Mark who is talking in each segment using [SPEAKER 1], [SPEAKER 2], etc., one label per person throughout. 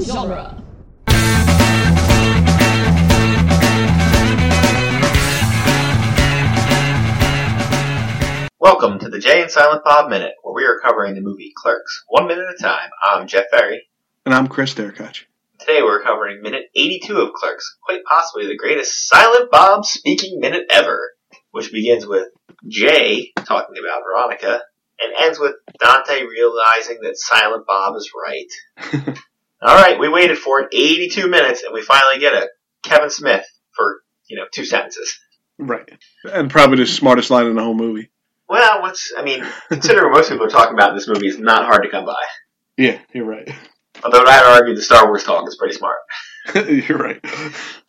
[SPEAKER 1] genre.
[SPEAKER 2] Welcome to the Jay and Silent Bob Minute, where we are covering the movie Clerks one minute at a time. I'm Jeff Ferry.
[SPEAKER 3] And I'm Chris Derkach.
[SPEAKER 2] Today we're covering minute 82 of Clerks, quite possibly the greatest Silent Bob speaking minute ever, which begins with Jay talking about Veronica and ends with Dante realizing that Silent Bob is right. Alright, we waited for it 82 minutes and we finally get a Kevin Smith for, you know, two sentences.
[SPEAKER 3] Right. And probably the smartest line in the whole movie.
[SPEAKER 2] Well, what's, I mean, considering what most people are talking about in this movie is not hard to come by.
[SPEAKER 3] Yeah, you're right.
[SPEAKER 2] Although I'd argue the Star Wars talk is pretty smart.
[SPEAKER 3] you're right.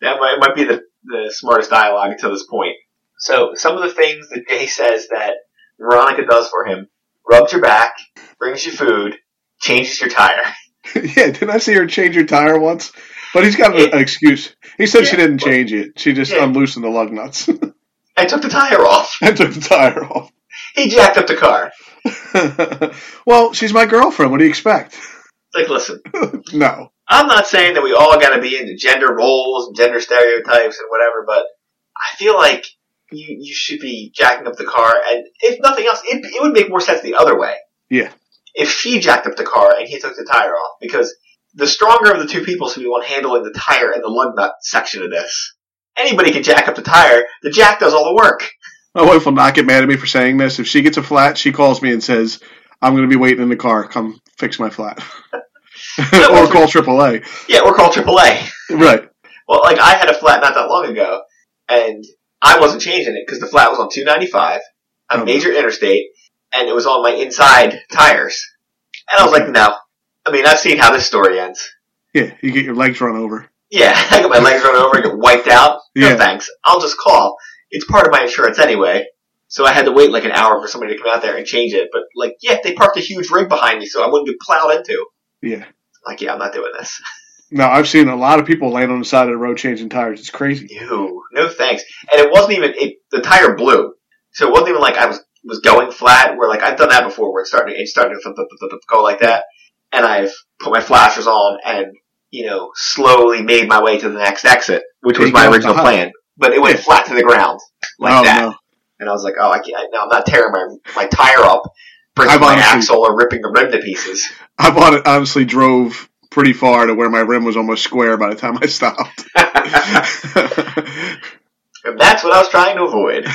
[SPEAKER 2] That might, might be the, the smartest dialogue until this point. So, some of the things that Jay says that Veronica does for him rubs your back, brings you food, changes your tire.
[SPEAKER 3] yeah, didn't I see her change her tire once? But he's got an excuse. He said she
[SPEAKER 2] Yeah,
[SPEAKER 3] didn't
[SPEAKER 2] well-
[SPEAKER 3] change it. She just
[SPEAKER 2] Yeah.
[SPEAKER 3] unloosened the lug nuts
[SPEAKER 2] I took the tire off.
[SPEAKER 3] and took the tire off.
[SPEAKER 2] He jacked up the car.
[SPEAKER 3] well, she's my girlfriend. What do you expect?
[SPEAKER 2] Like, listen,
[SPEAKER 3] No.
[SPEAKER 2] I'm not saying that we all gotta be into gender roles and gender stereotypes and whatever, but I feel like you, you should be jacking up the car, and if nothing else, it, it would make more sense the other way.
[SPEAKER 3] Yeah.
[SPEAKER 2] If she jacked up the car and he took the tire off, because the stronger of the two people should be one handling the tire and the lug nut section of this. Anybody can jack up the tire, the jack does all the work.
[SPEAKER 3] My wife will not get mad at me for saying this. If she gets a flat, she calls me and says, I'm going to be waiting in the car. Come fix my flat. or
[SPEAKER 2] also-
[SPEAKER 3] call AAA.
[SPEAKER 2] Yeah, we're called AAA.
[SPEAKER 3] Right.
[SPEAKER 2] Well, like I had a flat not that long ago, and I wasn't changing it because the flat was on 295, a
[SPEAKER 3] Oh.
[SPEAKER 2] major interstate, and it was on my inside tires. And I was like, no. I mean, I've seen how this story ends.
[SPEAKER 3] Yeah, you get your legs run over.
[SPEAKER 2] Yeah, I got my legs run over and get wiped out. No
[SPEAKER 3] Yeah.
[SPEAKER 2] thanks. I'll just call. It's part of my insurance anyway. So I had to wait like an hour for somebody to come out there and change it. But like, yeah, they parked a huge rig behind me so I wouldn't get plowed into.
[SPEAKER 3] Yeah.
[SPEAKER 2] Like, yeah, I'm not doing this.
[SPEAKER 3] No, I've seen a lot of people land on the side of the road changing tires. It's crazy.
[SPEAKER 2] No, no thanks. And it wasn't even it, the tire blew, so it wasn't even like I was was going flat. Where like I've done that before, where it's starting it's starting to thump, thump, thump, thump, go like that, and I've put my flashers on and you know slowly made my way to the next exit, which was
[SPEAKER 3] Take
[SPEAKER 2] my
[SPEAKER 3] off the
[SPEAKER 2] original
[SPEAKER 3] hub.
[SPEAKER 2] plan. But it went flat to the ground like
[SPEAKER 3] oh,
[SPEAKER 2] that,
[SPEAKER 3] no.
[SPEAKER 2] and I was like, oh, I can't. No, I'm not tearing my my tire up, breaking
[SPEAKER 3] I've
[SPEAKER 2] my
[SPEAKER 3] honestly-
[SPEAKER 2] axle or ripping the rim to pieces.
[SPEAKER 3] I bought it, honestly drove pretty far to where my rim was almost square by the time I stopped.
[SPEAKER 2] and that's what I was trying to avoid.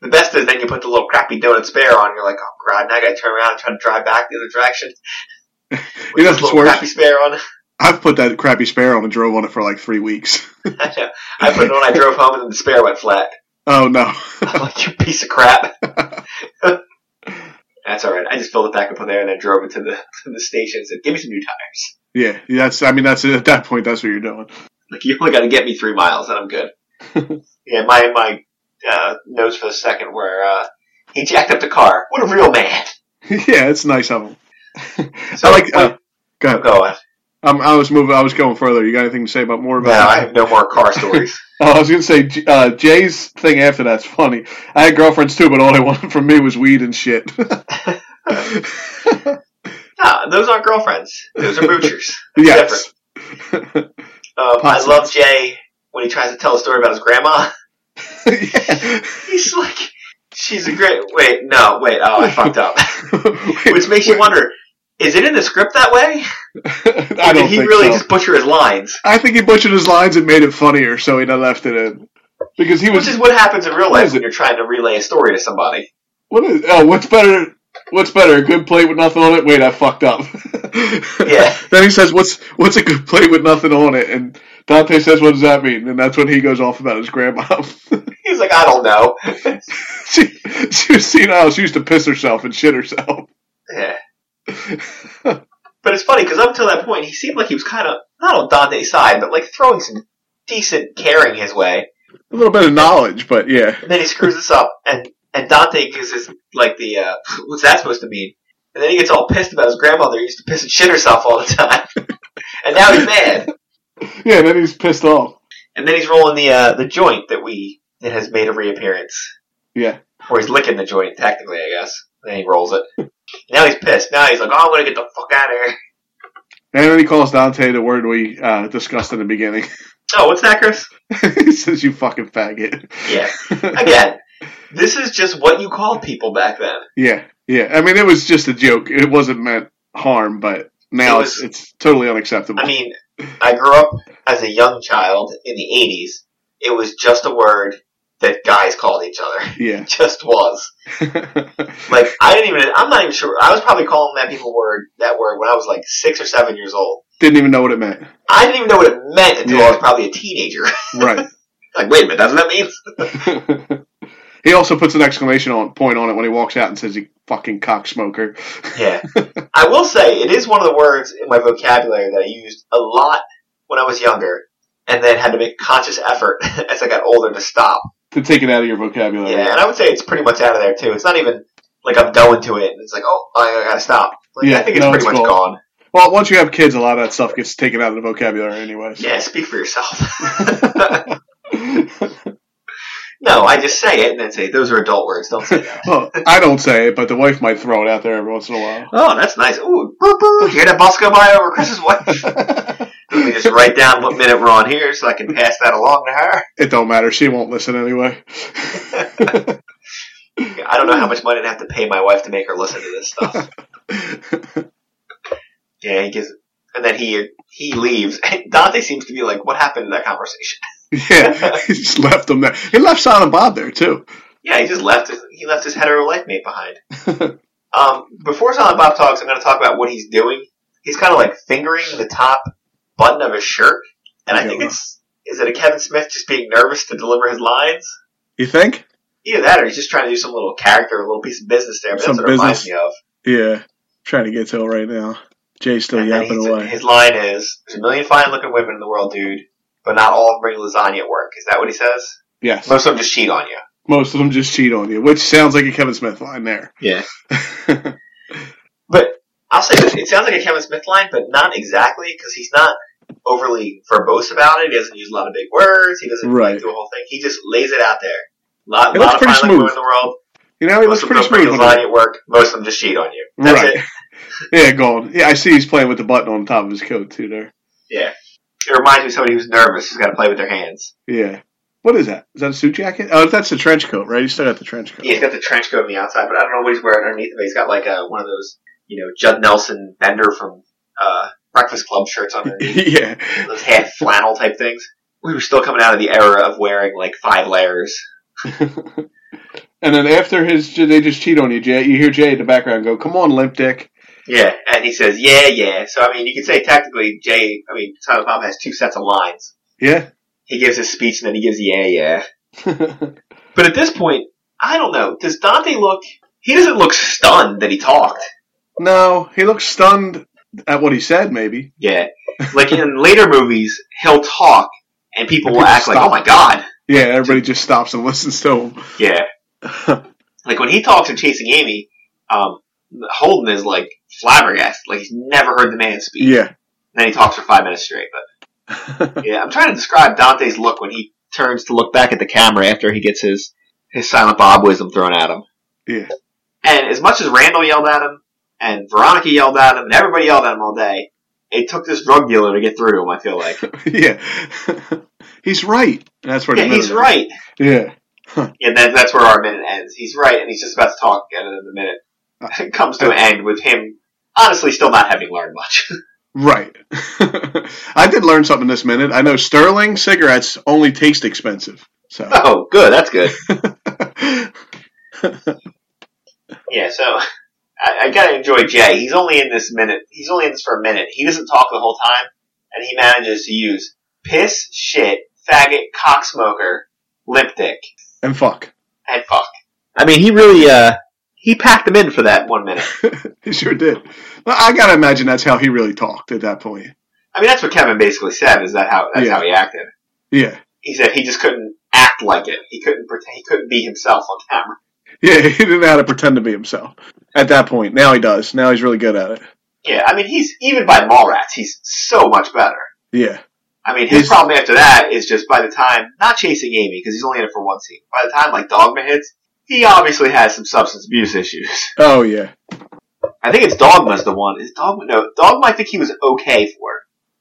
[SPEAKER 2] The best is then you put the little crappy donut spare on, and you're like, oh god, now I gotta turn around and try to drive back the other direction. With
[SPEAKER 3] know
[SPEAKER 2] this
[SPEAKER 3] what's
[SPEAKER 2] little
[SPEAKER 3] worse?
[SPEAKER 2] crappy spare on.
[SPEAKER 3] I've put that crappy spare on and drove on it for like three weeks.
[SPEAKER 2] I put it on, I drove home, and then the spare went flat.
[SPEAKER 3] Oh no.
[SPEAKER 2] I'm like, you piece of crap. That's alright. I just filled it back up in there and then drove it to the, to the station and said, give me some new tires.
[SPEAKER 3] Yeah, that's. I mean, that's at that point. That's what you're doing.
[SPEAKER 2] Like, you only gotta get me three miles, and I'm good. yeah, my, my, uh, nose for the second where, uh, he jacked up the car. What a real man.
[SPEAKER 3] yeah, it's nice of them.
[SPEAKER 2] So,
[SPEAKER 3] I like.
[SPEAKER 2] wait,
[SPEAKER 3] Uh, go
[SPEAKER 2] I'm
[SPEAKER 3] ahead.
[SPEAKER 2] going.
[SPEAKER 3] Um, I was moving. I was going further. You got anything to say about more
[SPEAKER 2] No,
[SPEAKER 3] about?
[SPEAKER 2] I have no more car stories.
[SPEAKER 3] Oh, I was gonna say J- uh, Jay's thing after that's funny. I had girlfriends too, but all they wanted from me was weed and shit.
[SPEAKER 2] Nah, those aren't girlfriends. Those are moochers. That's different.
[SPEAKER 3] yes.
[SPEAKER 2] Um, I
[SPEAKER 3] Possums.
[SPEAKER 2] love Jay when he tries to tell a story about his grandma.
[SPEAKER 3] yeah.
[SPEAKER 2] He's like, she's a great. Wait, no, wait. Oh, I fucked up. Which makes you
[SPEAKER 3] Wait,
[SPEAKER 2] wonder: is it in the script that way?
[SPEAKER 3] I
[SPEAKER 2] Or
[SPEAKER 3] don't
[SPEAKER 2] did he
[SPEAKER 3] think
[SPEAKER 2] really
[SPEAKER 3] so.
[SPEAKER 2] just butcher his lines?
[SPEAKER 3] I think he butchered his lines and made it funnier, so he done left it in. Because he was.
[SPEAKER 2] Which is what happens in real life
[SPEAKER 3] is
[SPEAKER 2] when
[SPEAKER 3] it?
[SPEAKER 2] you're trying to relay a story to somebody.
[SPEAKER 3] what is? Oh, what's better? What's better? A good plate with nothing on it. Wait, I fucked up.
[SPEAKER 2] Yeah.
[SPEAKER 3] Then he says, "What's what's a good plate with nothing on it?" And Dante says, "What does that mean?" And that's when he goes off about his grandma.
[SPEAKER 2] He's like, I don't know.
[SPEAKER 3] she she was senile. She used to piss herself and shit herself.
[SPEAKER 2] Yeah. But it's funny because up until that point, he seemed like he was kind of not on Dante's side, but like throwing some decent caring his way.
[SPEAKER 3] A little bit of knowledge, but yeah.
[SPEAKER 2] And then he screws this up, and and Dante gives his like the uh, what's that supposed to mean? And then he gets all pissed about his grandmother who used to piss and shit herself all the time, and now he's mad.
[SPEAKER 3] Yeah, then he's pissed off.
[SPEAKER 2] And then he's rolling the uh, the joint that we that has made a reappearance,
[SPEAKER 3] Yeah.
[SPEAKER 2] or he's licking the joint technically, I guess. And then he rolls it. now he's pissed. Now he's like, oh, I'm gonna get the fuck out of here.
[SPEAKER 3] And then he calls Dante the word we uh, discussed in the beginning.
[SPEAKER 2] Oh, what's that, Chris?
[SPEAKER 3] he says, "You fucking faggot."
[SPEAKER 2] Yeah. Again, this is just what you called people back then.
[SPEAKER 3] yeah, yeah. I mean, it was just a joke. It wasn't meant harm, but now
[SPEAKER 2] It was-
[SPEAKER 3] it's, it's totally unacceptable.
[SPEAKER 2] I mean, I grew up as a young child in the 80s. It was just a word that guys called each other.
[SPEAKER 3] yeah.
[SPEAKER 2] It just was. Like, I didn't even, I'm not even sure. I was probably calling that people word, that word when I was like six or seven years old.
[SPEAKER 3] Didn't even know what it meant.
[SPEAKER 2] I didn't even know what it meant until I
[SPEAKER 3] Yeah.
[SPEAKER 2] was probably a teenager.
[SPEAKER 3] Right.
[SPEAKER 2] like, wait a minute, that's what that means?
[SPEAKER 3] he also puts an exclamation on, point on it when he walks out and says, "You fucking cocksmoker."
[SPEAKER 2] Yeah. I will say, it is one of the words in my vocabulary that I used a lot when I was younger, and then had to make conscious effort as I got older to stop.
[SPEAKER 3] To take it out of your vocabulary.
[SPEAKER 2] Yeah, and I would say it's pretty much out of there too. It's not even like I'm going to it, and it's like, oh, I I gotta stop. Like,
[SPEAKER 3] Yeah,
[SPEAKER 2] I think it's
[SPEAKER 3] no,
[SPEAKER 2] pretty
[SPEAKER 3] it's
[SPEAKER 2] much
[SPEAKER 3] gone.
[SPEAKER 2] gone.
[SPEAKER 3] Well, once you have kids, a lot of that stuff gets taken out of the vocabulary, anyways.
[SPEAKER 2] Yeah, speak for yourself. no, I just say it and then say those are adult words. Don't say that.
[SPEAKER 3] well, I don't say it, but the wife might throw it out there every once in a while.
[SPEAKER 2] oh, that's nice. Ooh, boop, boop. hear that bus go by over Chris's wife? Let me just write down what minute we're on here so I can pass that along to her.
[SPEAKER 3] It don't matter. She won't listen anyway.
[SPEAKER 2] I don't know how much money I'd have to pay my wife to make her listen to this stuff. yeah, he gives, and then he he leaves. And Dante seems to be like, "What happened to that conversation?"
[SPEAKER 3] yeah, he just left them there. He left Silent Bob there too.
[SPEAKER 2] Yeah, he just left. His, he left his hetero life mate behind. um, before Silent Bob talks, I'm going to talk about what he's doing. He's kind of like fingering the top button of his shirt, and I
[SPEAKER 3] Yeah.
[SPEAKER 2] think it's is it a Kevin Smith just being nervous to deliver his lines?
[SPEAKER 3] You think?
[SPEAKER 2] Either that, or he's just trying to do some little character, a little piece of business there. But
[SPEAKER 3] Some
[SPEAKER 2] that's what it reminds me
[SPEAKER 3] business.
[SPEAKER 2] of.
[SPEAKER 3] Yeah. Trying to get to it right now. Jay's still
[SPEAKER 2] And then
[SPEAKER 3] yapping
[SPEAKER 2] he's-
[SPEAKER 3] away.
[SPEAKER 2] His line is, "There's a million fine-looking women in the world, dude, but not all of them bring lasagna at work." Is that what he says?
[SPEAKER 3] Yes.
[SPEAKER 2] Most of them just cheat on you.
[SPEAKER 3] Most of them just cheat on you, which sounds like a Kevin Smith line there.
[SPEAKER 2] Yeah. But I'll say this: it sounds like a Kevin Smith line, but not exactly because he's not overly verbose about it. He doesn't use a lot of big words. He doesn't
[SPEAKER 3] Right.
[SPEAKER 2] like, do a whole thing. He just lays it out there. Lot,
[SPEAKER 3] It
[SPEAKER 2] lot
[SPEAKER 3] looks
[SPEAKER 2] of
[SPEAKER 3] pretty
[SPEAKER 2] fine looking women
[SPEAKER 3] smooth.
[SPEAKER 2] in the world.
[SPEAKER 3] you know, it
[SPEAKER 2] Most
[SPEAKER 3] was
[SPEAKER 2] of them
[SPEAKER 3] pretty
[SPEAKER 2] don't bring
[SPEAKER 3] smooth. when I-
[SPEAKER 2] lasagna at work. Most of them just cheat on you. That's
[SPEAKER 3] Right.
[SPEAKER 2] it.
[SPEAKER 3] Yeah, gone. Yeah, I see he's playing with the button on top of his coat too there.
[SPEAKER 2] It reminds me of somebody who's nervous who's got to play with their hands.
[SPEAKER 3] Yeah. What is that? Is that a suit jacket? Oh, that's a trench coat, right? He's still got the trench coat.
[SPEAKER 2] Yeah, he's got the trench coat on the outside, but I don't know what he's wearing underneath it. But he's got like a, one of those, you know, Judd Nelson Bender from uh, Breakfast Club shirts underneath.
[SPEAKER 3] yeah.
[SPEAKER 2] those half flannel type things. We were still coming out of the era of wearing like five layers.
[SPEAKER 3] And then after his, they just cheat on you, Jay. You hear Jay in the background go, "Come on, limp dick."
[SPEAKER 2] Yeah, and he says, "Yeah, yeah." So I mean, you could say technically, Jay. I mean, Silent Bob has two sets of lines.
[SPEAKER 3] Yeah.
[SPEAKER 2] He gives his speech, and then he gives, "Yeah, yeah."
[SPEAKER 3] no,
[SPEAKER 2] But at this point, I don't know. Does Dante look? He doesn't look stunned that he talked.
[SPEAKER 3] he looks stunned at what he said. Maybe.
[SPEAKER 2] Yeah, like in later movies, he'll talk, and people will
[SPEAKER 3] People
[SPEAKER 2] act like,
[SPEAKER 3] stop.
[SPEAKER 2] "Oh my god!"
[SPEAKER 3] Yeah, everybody just stops and listens to
[SPEAKER 2] Yeah,
[SPEAKER 3] him.
[SPEAKER 2] like when he talks in Chasing Amy, um, Holden is like flabbergasted, like he's never heard the man speak.
[SPEAKER 3] yeah.
[SPEAKER 2] And then he talks for five minutes straight. But yeah, I'm trying to describe Dante's look when he turns to look back at the camera after he gets his his silent Bob wisdom thrown at him.
[SPEAKER 3] Yeah.
[SPEAKER 2] And as much as Randall yelled at him and Veronica yelled at him and everybody yelled at him all day, it took this drug dealer to get through to him. I feel like
[SPEAKER 3] yeah. he's right. That's where the
[SPEAKER 2] yeah, he's
[SPEAKER 3] minute-
[SPEAKER 2] right.
[SPEAKER 3] Yeah.
[SPEAKER 2] And then that's where our minute ends. He's right, and he's just about to talk again, and then the minute it comes to an end with him. Honestly, still not having learned much.
[SPEAKER 3] Right. I did learn something this minute. I know Sterling cigarettes only taste expensive. So
[SPEAKER 2] oh, good. That's good. Yeah, so I, I gotta enjoy Jay. He's only in this minute. He's only in this for a minute. He doesn't talk the whole time, and he manages to use piss, shit, faggot, cocksmoker, limp dick,
[SPEAKER 3] and fuck.
[SPEAKER 2] and fuck. I mean, he really uh he packed them in for that one minute.
[SPEAKER 3] He sure did. Well, I gotta imagine that's how he really talked at that point.
[SPEAKER 2] I mean, that's what Kevin basically said. Is that how that's
[SPEAKER 3] Yeah.
[SPEAKER 2] how he acted?
[SPEAKER 3] Yeah.
[SPEAKER 2] He said he just couldn't act like it. He couldn't pretend. He couldn't be himself on camera.
[SPEAKER 3] Yeah, he didn't know how to pretend to be himself at that point. Now he does. Now he's really good at it.
[SPEAKER 2] Yeah, I mean, he's even by Mallrats, he's so much better.
[SPEAKER 3] Yeah.
[SPEAKER 2] I mean, his
[SPEAKER 3] He's-
[SPEAKER 2] problem after that is just by the time, not chasing Amy, because he's only in it for one scene, by the time, like, Dogma hits, he obviously has some substance abuse issues.
[SPEAKER 3] Oh yeah.
[SPEAKER 2] I think it's Dogma's the one. Is Dogma no Dogma I think he was okay for.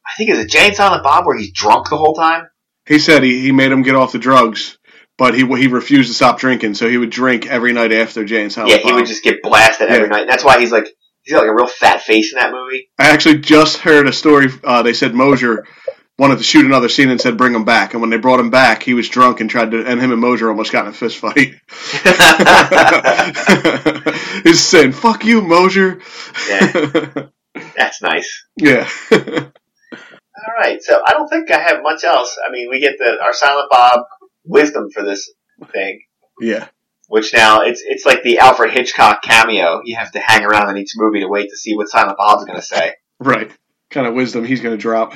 [SPEAKER 2] I think is it Jay and Silent Bob where he's drunk the whole time?
[SPEAKER 3] He said he, he made him get off the drugs, but he he refused to stop drinking, so he would drink every night after Jay and Silent
[SPEAKER 2] yeah,
[SPEAKER 3] Bob.
[SPEAKER 2] he would just get blasted every
[SPEAKER 3] Yeah.
[SPEAKER 2] night. That's why he's like he's got like a real fat face in that movie.
[SPEAKER 3] I actually just heard a story. Uh, they said Mosier wanted to shoot another scene and said bring him back, and when they brought him back, he was drunk and tried to. And him and Mosier almost got in a fist fight. He's saying "fuck you, Mosier."
[SPEAKER 2] yeah, that's nice.
[SPEAKER 3] yeah.
[SPEAKER 2] All right, so I don't think I have much else. I mean, we get the our Silent Bob wisdom for this thing.
[SPEAKER 3] yeah.
[SPEAKER 2] Which now it's it's like the Alfred Hitchcock cameo. You have to hang around in each movie to wait to see what Silent Bob's going to say.
[SPEAKER 3] Right. Kind of wisdom he's going to drop.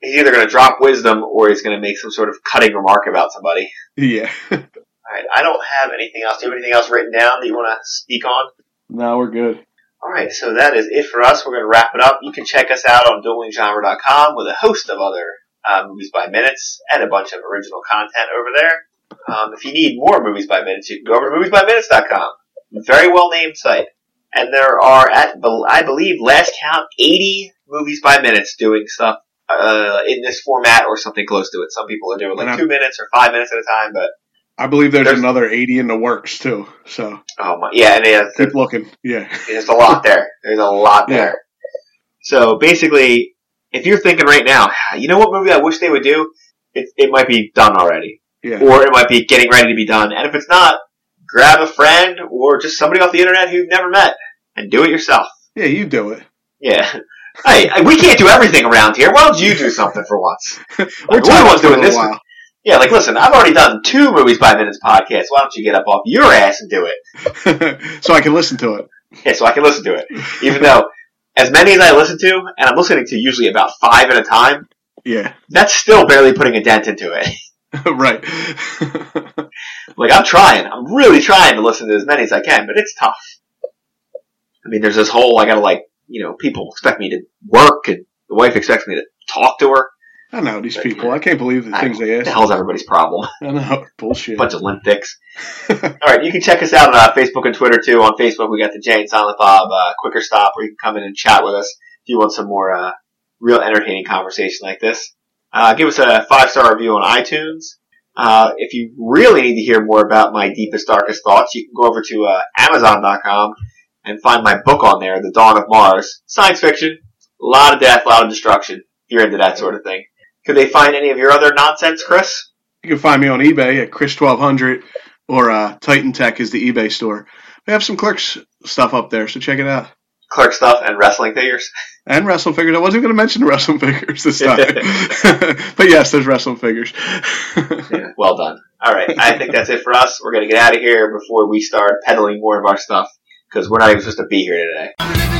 [SPEAKER 2] He's either going to drop wisdom or he's going to make some sort of cutting remark about somebody.
[SPEAKER 3] Yeah.
[SPEAKER 2] All right, I don't have anything else. Do you have anything else written down that you want to speak on?
[SPEAKER 3] now we're good.
[SPEAKER 2] All right, so that is it for us. We're going to wrap it up. You can check us out on duelinggenre.com with a host of other uh, movies by minutes and a bunch of original content over there. Um, if you need more movies by minutes, you can go over to moviesbyminutes.com. Very well named site, and there are at bel- I believe last count eighty movies by minutes doing stuff uh, in this format or something close to it. Some people are doing
[SPEAKER 3] And
[SPEAKER 2] like
[SPEAKER 3] I'm-
[SPEAKER 2] two minutes or five minutes at a time, but
[SPEAKER 3] I believe there's,
[SPEAKER 2] There's-
[SPEAKER 3] another 80 in the works, too. So
[SPEAKER 2] oh my, yeah, and they have
[SPEAKER 3] keep looking. Yeah.
[SPEAKER 2] There's a lot there. There's a lot
[SPEAKER 3] Yeah.
[SPEAKER 2] there. So basically, if you're thinking right now, "Ah, you know what movie I wish they would do? It, it might be done already.
[SPEAKER 3] Yeah.
[SPEAKER 2] Or it might be getting ready to be done. And if it's not, grab a friend or just somebody off the internet who you've never met and do it yourself.
[SPEAKER 3] Yeah, you do it.
[SPEAKER 2] Yeah. Hey, we can't do everything around here. Why don't you do something for once? Like, we're the ones
[SPEAKER 3] for
[SPEAKER 2] doing
[SPEAKER 3] a
[SPEAKER 2] this.
[SPEAKER 3] while.
[SPEAKER 2] Yeah, like listen, I've already done two movies by minutes podcasts. Why don't you get up off your ass and do it?
[SPEAKER 3] so I can listen to it.
[SPEAKER 2] Yeah, so I can listen to it. Even though, as many as I listen to, and I'm listening to usually about five at a time,
[SPEAKER 3] Yeah.
[SPEAKER 2] that's still barely putting a dent into it.
[SPEAKER 3] right.
[SPEAKER 2] Like, I'm trying. I'm really trying to listen to as many as I can, but it's tough. I mean, there's this whole, I gotta like, you know, people expect me to work, and the wife expects me to talk to her.
[SPEAKER 3] I know these
[SPEAKER 2] But,
[SPEAKER 3] people.
[SPEAKER 2] yeah.
[SPEAKER 3] I can't believe the
[SPEAKER 2] I
[SPEAKER 3] things they
[SPEAKER 2] What the
[SPEAKER 3] ask.
[SPEAKER 2] hell's everybody's problem?
[SPEAKER 3] I know. Bullshit.
[SPEAKER 2] bunch of limp dicks. Alright, you can check us out on uh, Facebook and Twitter too. On Facebook, we got the Jay and Silent Bob uh, Quicker Stop where you can come in and chat with us if you want some more uh, real entertaining conversation like this. Uh, give us a five star review on iTunes. Uh, if you really need to hear more about my deepest, darkest thoughts, you can go over to uh, Amazon.com and find my book on there, The Dawn of Mars. Science fiction, a lot of death, a lot of destruction, if you're into that sort of thing. Could they find any of your other nonsense, Chris?
[SPEAKER 3] You can find me on eBay at Chris1200 or uh, Titan Tech is the eBay store. We have some clerks stuff up there, so check it out.
[SPEAKER 2] Clerk stuff and wrestling figures.
[SPEAKER 3] And wrestling figures. I wasn't going to mention wrestling figures this time. but yes, there's wrestling figures.
[SPEAKER 2] Yeah, well done. All right, I think that's it for us. We're gonna get out of here before we start peddling more of our stuff because we're not even supposed to be here today.
[SPEAKER 1] Thank